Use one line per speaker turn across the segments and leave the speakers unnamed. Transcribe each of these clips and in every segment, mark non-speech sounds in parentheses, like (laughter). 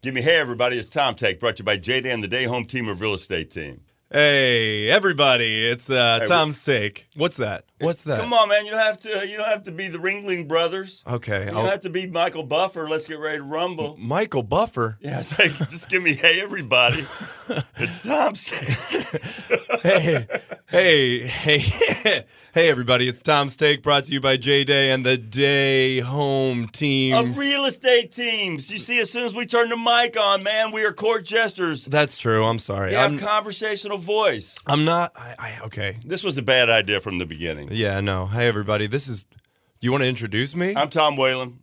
Give me, hey everybody, it's Tom Tech, brought to you by J Dan, the day home team of real estate team.
Hey, everybody! It's uh,
Hey,
Tom's take. What's that? What's that?
Come on, man, you don't have to. You don't have to be the Ringling Brothers.
Okay,
You
I'll-
don't have to be Michael Buffer. Let's get ready to rumble.
Michael Buffer.
Yeah, it's like just give me, hey
(laughs)
everybody, it's Tom Tech.
hey, hey, hey, hey, (laughs) everybody! It's Tom's take, brought to you by J Day and the Day Home Team.
of real estate teams. You see, as soon as we turn the mic on, man, we are court jesters.
That's true. I'm sorry.
We have
I'm,
conversational voice.
I'm not. I, I okay.
This was a bad idea from the beginning.
Yeah, no. Hey, everybody. This is. You want to introduce me?
I'm Tom Whalen.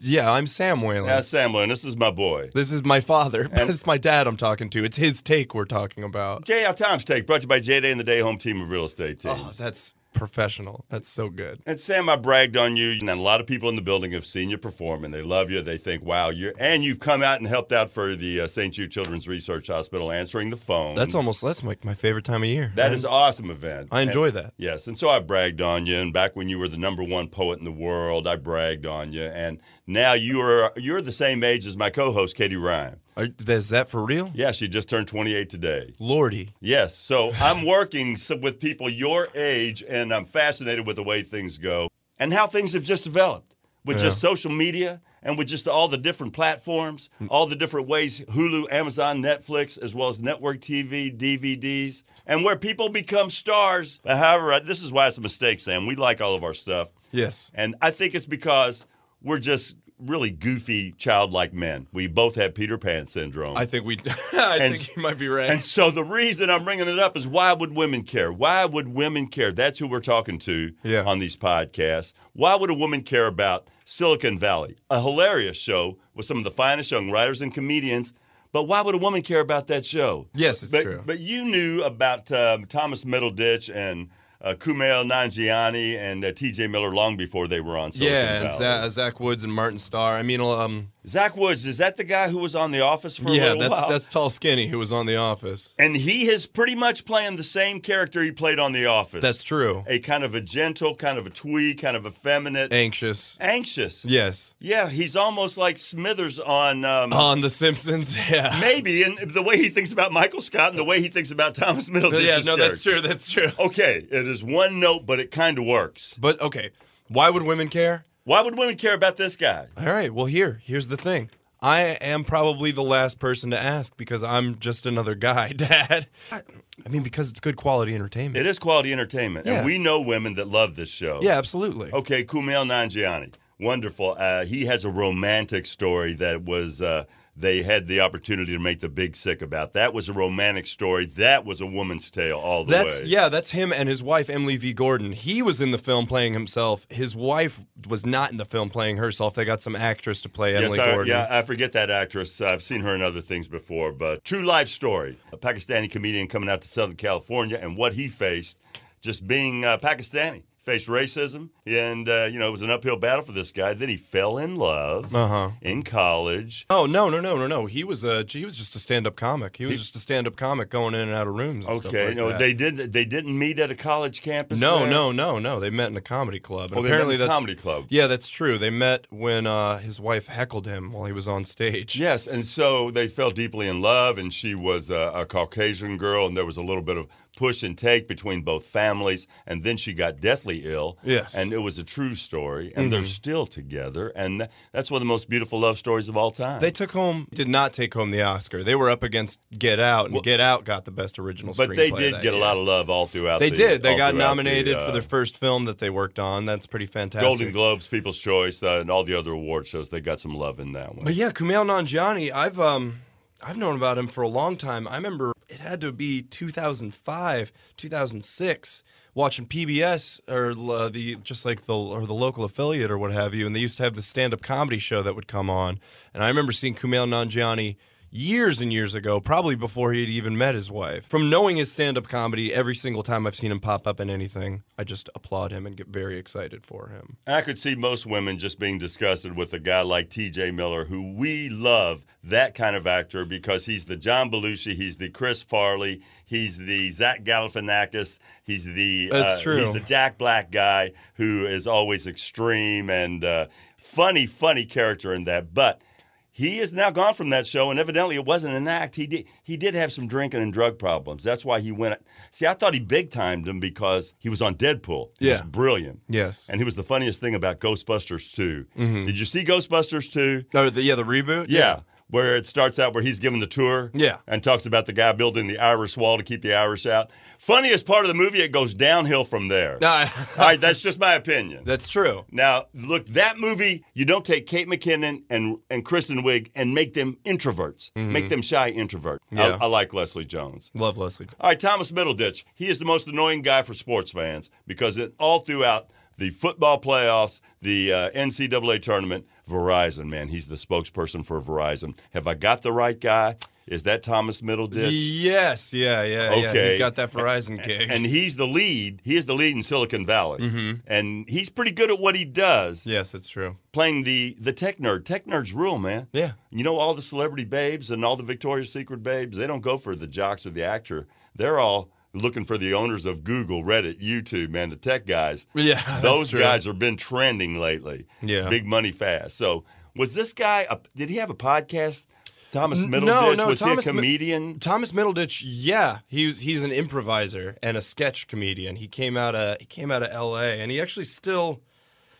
yeah, I'm Sam Whalen.
Yeah, Sam Whalen. This is my boy.
This is my father. (laughs) But it's my dad I'm talking to. It's his take we're talking about.
J. Al Tom's Take, brought to you by J Day and the Day Home Team of Real Estate Teams.
Oh, that's professional. That's so good.
And Sam, I bragged on you, and a lot of people in the building have seen you perform, and they love you. They think, "Wow, you!" are And you've come out and helped out for the uh, St. Jude Children's Research Hospital, answering the phone.
That's almost that's like my favorite time of year.
That is an awesome event.
I enjoy that.
Yes, and so I bragged on you, and back when you were the number one poet in the world, I bragged on you, and now you are you're the same age as my co-host Katie Ryan.
Are, is that for real?
Yeah, she just turned 28 today.
Lordy.
Yes, so I'm working so- with people your age, and I'm fascinated with the way things go and how things have just developed with just social media and with just all the different platforms, all the different ways Hulu, Amazon, Netflix, as well as network TV, DVDs, and where people become stars. However, I- this is why it's a mistake, Sam. We like all of our stuff.
Yes.
And I think it's because we're just really goofy, childlike men. We both have Peter Pan syndrome.
I think we (laughs) I
And-
think you might be right.
And so the reason I'm bringing it up is why would women care? Why would women care? That's who we're talking to
Yeah.
on these podcasts. Why would a woman care about Silicon Valley? A hilarious show with some of the finest young writers and comedians. But why would a woman care about that show?
Yes, it's
but,
true.
But you knew about um, Thomas Middleditch and uh, Kumail Nanjiani and uh, T.J. Miller long before they were on Silicon
yeah, and
Valley.
Zach, Zach Woods and Martin Starr. I mean, um,
Zach Woods is that the guy who was on The Office for a
yeah,
little
that's
while?
that's Tall Skinny who was on The Office.
And he is pretty much playing the same character he played on The Office.
That's true.
a kind of a gentle, kind of a twee, kind of effeminate,
Anxious.
anxious. Yeah.
Yes.
he's almost like Smithers on um,
On The Simpsons. (laughs) Yeah.
maybe, and the way he thinks about Michael Scott and the way he thinks about (laughs) Thomas Middleditch.
yeah, no, that's true. That's true.
Okay, it is one note, but it kind of works.
But okay, why would women care?
Why would women care about this guy?
All right, well here, here's the thing. I am probably the last person to ask because I'm just another guy, (laughs) dad. I mean because it's good quality entertainment.
It is quality entertainment,
Yeah.
and we know women that love this show.
Yeah, absolutely.
Okay, Kumail Nanjiani, wonderful. Uh, he has a romantic story that was uh, they had the opportunity to make the big sick about. That was a romantic story. That was a woman's tale all the
That's
way.
yeah, that's him and his wife Emily V Gordon. He was in the film playing himself. His wife was not in the film playing herself. They got some actress to play
Yes,
Emily
I,
Gordon.
yeah, I forget that actress. I've seen her in other things before, but true life story. A Pakistani comedian coming out to Southern California and what he faced, just being uh, Pakistani, faced racism, and uh, you know it was an uphill battle for this guy. Then he fell in love
Uh-huh.
in college,
Oh no no no no no! He was a he was just a stand up comic. He was just a stand up comic going in and out of rooms. And stuff
Okay,
like
no,
that.
they did. They didn't meet at a college campus.
No,
there?
no, no, no. They met in a comedy club. And
Oh, they met in
apparently
a
that's
comedy club.
Yeah, that's true. They met when uh, his wife heckled him while he was on stage.
Yes, and so they fell deeply in love, and she was a, a Caucasian girl, and there was a little bit of push and take between both families, and then she got deathly ill.
Yes. Mm-hmm.
and it was a true story, and they're still together, and th- that's one of the most beautiful love stories of all time.
They took home did not take home the Oscar. They were up against Get Out, and Get Out got the best original.
but they
screenplay
did
that
get a
year.
lot of love all throughout.
They
the-
did. They
all
got
throughout the,
nominated for
uh,
their first film that they worked on. That's pretty fantastic.
Golden Globes, People's Choice, uh, and all the other award shows. They got some love in that one.
But yeah, Kumail Nanjiani, I've um I've known about him for a long time. I remember it had to be 2005, 2006 watching PBS or uh, the just like the or the local affiliate or what have you and they used to have the stand-up comedy show that would come on. And I remember seeing Kumail Nanjiani years and years ago, probably before he had even met his wife. From knowing his stand-up comedy every single time I've seen him pop up in anything, I just applaud him and get very excited for him.
I could see most women just being disgusted with a guy like T.J. Miller, who we love that kind of actor because he's the John Belushi, he's the Chris Farley, he's the Zach Galifianakis, he's the
That's
uh,
true.
he's the Jack Black guy who is always extreme and uh, funny, funny character in that, but. He is now gone from that show, and evidently it wasn't an act. He did he did have some drinking and drug problems. That's why he went. See, I thought he big timed him because he was on Deadpool. He was
Yeah.
brilliant,
Yes.
and he was the funniest thing about Ghostbusters 2 Did you see Ghostbusters two?
Oh, the, Mm-hmm. yeah, the reboot.
Yeah. Where it starts out where he's giving the tour.
Yeah.
And talks about the guy building the Irish wall to keep the Irish out. Funniest part of the movie, it goes downhill from there.
(laughs) Nah,
All right, that's just my opinion.
that's true.
now, look, that movie, you don't take Kate McKinnon and, and Kristen Wiig and make them introverts, make them shy introverts.
Mm-hmm. Yeah.
I, I like Leslie Jones.
Love Leslie.
All right, Thomas Middleditch. He is the most annoying guy for sports fans because it, all throughout the football playoffs, the uh, NCAA tournament, Verizon, man, he's the spokesperson for Verizon. Have I got the right guy? Is that Thomas Middleditch?
Yes. Yeah. Yeah. Yeah.
Okay.
He's got that Verizon gig.
And he's the lead. He is the lead in Silicon Valley, and he's pretty good at what he does,
yes, it's true.
playing the the tech nerd. Tech nerds rule, man.
Yeah.
You know, all the celebrity babes and all the Victoria's Secret babes, they don't go for the jocks or the actor. They're all looking for the owners of Google, Reddit, YouTube, man, the tech guys.
Yeah. (laughs) that's
Those
true.
guys have been trending lately.
Yeah.
Big money fast. So, was this guy, a, did he have a podcast? Thomas Middleditch?
no,
was
Thomas
he a
Mi-
comedian?
Thomas Middleditch, yeah, he's he's an improviser and a sketch comedian. He came out of he came out of L.A. and he actually still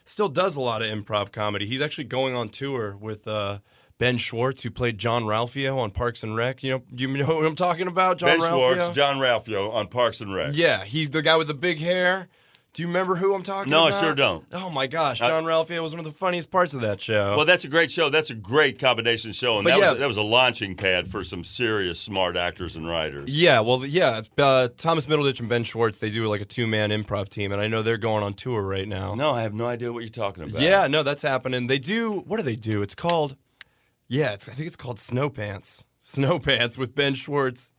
still does a lot of improv comedy. He's actually going on tour with uh, Ben Schwartz, who played John Ralphio on Parks and Rec. You know, you know what I'm talking about, John
ben
Ralphio.
Schwartz, John Ralphio on Parks and Rec.
yeah, he's the guy with the big hair. Do you remember who I'm talking
No, I
about?
sure don't.
Oh my gosh, John Ralphio was one of the funniest parts of that show.
Well, that's a great show. That's a great combination show, and
But
that,
yeah.
was a, that was a launching pad for some serious smart actors and writers.
Yeah, well, yeah. Uh, Thomas Middleditch and Ben Schwartz, they do like a two man improv team, and I know they're going on tour right now.
No, I have no idea what you're talking about.
yeah, no, that's happening. They do, what do they do? It's called, yeah, it's, I think it's called Snow Pants. Snow Pants with Ben Schwartz.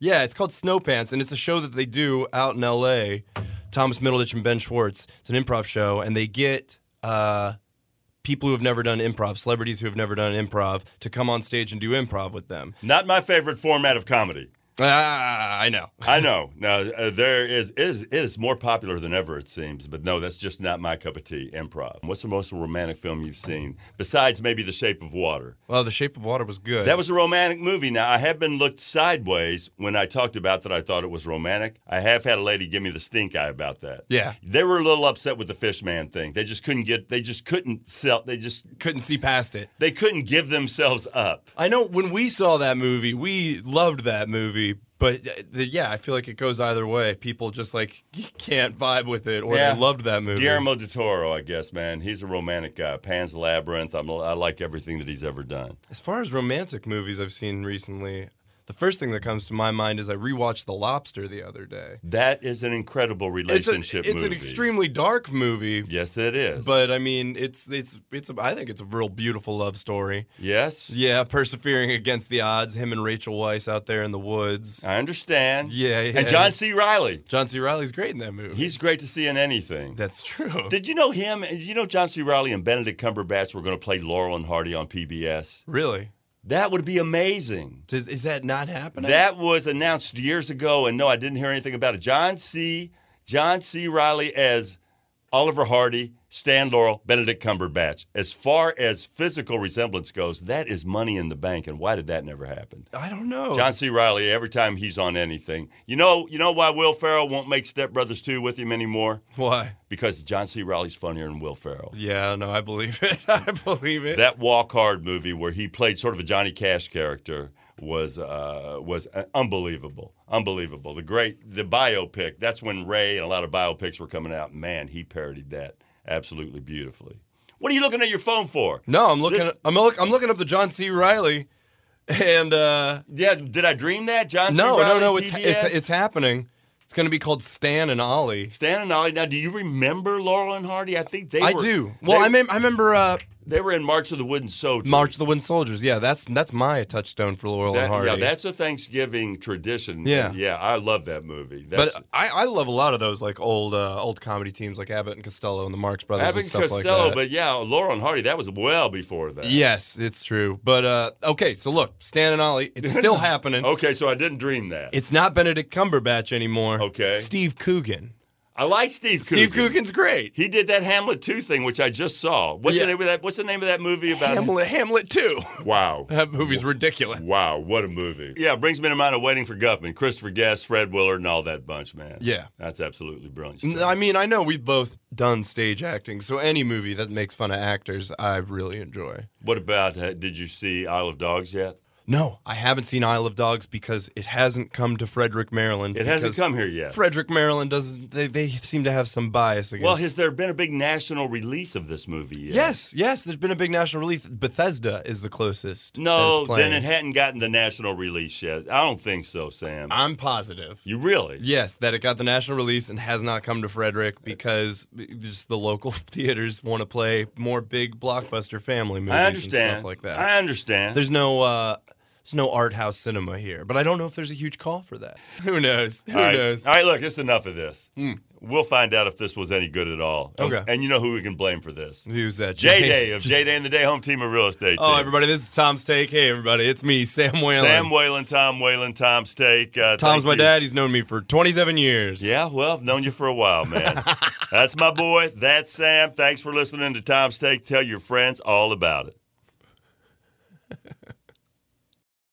Yeah, it's called Snow Pants, and it's a show that they do out in LA. Thomas Middleditch and Ben Schwartz. It's an improv show, and they get uh, people who have never done improv, celebrities who have never done improv, to come on stage and do improv with them.
Not my favorite format of comedy.
Ah, I know.
I know. (laughs) Now uh, there is it, is it is more popular than ever it seems, but no, that's just not my cup of tea. Improv. What's the most romantic film you've seen besides maybe The Shape of Water?
Well, The Shape of Water was good.
That was a romantic movie. Now I have been looked sideways when I talked about that. I thought it was romantic. I have had a lady give me the stink eye about that.
Yeah.
They were a little upset with the fish man thing. They just couldn't get. They just couldn't sell. They just
couldn't see past it.
they couldn't give themselves up.
I know when we saw that movie, we loved that movie, but uh, the, yeah, I feel like it goes either way. People just like (laughs) can't vibe with it, or
Yeah.
they loved that movie.
Guillermo del Toro, I guess, man. He's a romantic guy. Pan's Labyrinth. I'm, I like everything that he's ever done.
As far as romantic movies I've seen recently, the first thing that comes to my mind is I rewatched The Lobster the other day.
That is an incredible
It's a,
relationship
it's an
movie.
extremely dark movie,
Yes, it is.
but I mean, it's it's it's a, I think it's a real beautiful love story.
yes,
Yeah, persevering against the odds, him and Rachel Weisz out there in the woods.
I understand.
Yeah, yeah.
Uh, And John C. Riley.
John C. Riley's great in that movie.
He's great to see in anything.
That's true.
Did you know him? Did you know John C. Riley and Benedict Cumberbatch were going to play Laurel and Hardy on PBS?
Really?
That would be amazing.
Does, is that not happening?
That was announced years ago, and no, I didn't hear anything about it. John C. John C. Riley as Oliver Hardy, Stan Laurel, Benedict Cumberbatch. As far as physical resemblance goes, that is money in the bank, and why did that never happen?
I don't know.
John C. Riley, every time he's on anything, you know, you know why Will Ferrell won't make Step Brothers Two with him anymore
Why?
because John C. Riley's funnier than Will Ferrell.
Yeah, no, I believe it. (laughs) I believe it.
That Walk Hard movie where he played sort of a Johnny Cash character was uh, was uh, unbelievable, unbelievable. The great the biopic. That's when Ray and a lot of biopics were coming out. Man, he parodied that absolutely beautifully. What are you looking at your phone for?
no, I'm looking.
This-
I'm look, I'm looking up the John C. Riley, and uh,
Yeah, did I dream that, John? C.
no, no,
Reilly,
no, it's
PBS?
it's it's happening. It's going to be called Stan and Ollie.
Stan and Ollie. Now, do you remember Laurel and Hardy? I think they.
I
were,
do.
They,
Well, I mem- I remember uh,
they were in March of the Wooden Soldier.
March of the Wind Soldiers. Yeah, that's that's my touchstone for Laurel
That-
and Hardy.
yeah, that's a Thanksgiving tradition.
Yeah.
yeah, I love that movie. That's,
but I, I love a lot of those like old uh, old comedy teams like Abbott and Costello and the Marx Brothers
Abbott
and
and
stuff
Costello,
like that.
but yeah, Laurel and Hardy, that was well before that.
yes, it's true. But uh, okay, so look, Stan and Ollie,
(laughs)
it's still
Oh.
happening.
Okay, so I didn't dream that.
It's not Benedict Cumberbatch anymore.
Okay.
Steve Coogan.
I like Steve.
Steve
Coogan.
Coogan's great.
He did that Hamlet two thing, which I just saw. What's
Yeah.
the name of that? What's the name of that movie about? him?
Hamlet, Hamlet too. (laughs)
Wow.
That movie's ridiculous.
Wow, what a movie. Yeah, it brings me to mind of Waiting for Guffman, Christopher Guest, Fred Willard, and all that bunch, man.
Yeah.
That's absolutely brilliant.
N-
stuff.
I mean, I know we've both done stage acting, so any movie that makes fun of actors, I really enjoy.
What about, uh, did you see Isle of Dogs yet?
No, I haven't seen Isle of Dogs because it hasn't come to Frederick, Maryland.
It hasn't
because
come here yet.
Frederick, Maryland doesn't. They, they seem to have some bias against.
well, has there been a big national release of this movie yet?
Yes, yes. There's been a big national release. Bethesda is the closest. that
No,
it's playing.
then it hadn't gotten the national release yet. I don't think so, Sam.
I'm positive.
you really?
Yes, that it got the national release and has not come to Frederick because just the local (laughs) theaters want to play more big blockbuster family movies
I
and
understand.
stuff like that.
I understand.
There's no uh there's no art house cinema here, but I don't know if there's a huge call for that. (laughs) Who knows? Who
all right.
knows? Hmm.
All right, look, it's enough of this. We'll find out if this was any good at all. And-
Okay.
And you know who we can blame for
(laughs)
this?
Who's that?
J Day of J Day and the Day Home Team of Real Estate.
Oh,
Team.
everybody, this is Tom's take. Hey, everybody, it's me, Sam Whalen.
Sam Whalen, Tom Whalen, Tom Steak. Uh,
Tom's
thank
my
you.
dad. He's known me for 27 years.
Yeah, well, I've known you for a while,
(laughs)
man. That's my boy. That's Sam. Thanks for listening to Tom Steak. Tell your friends all about it.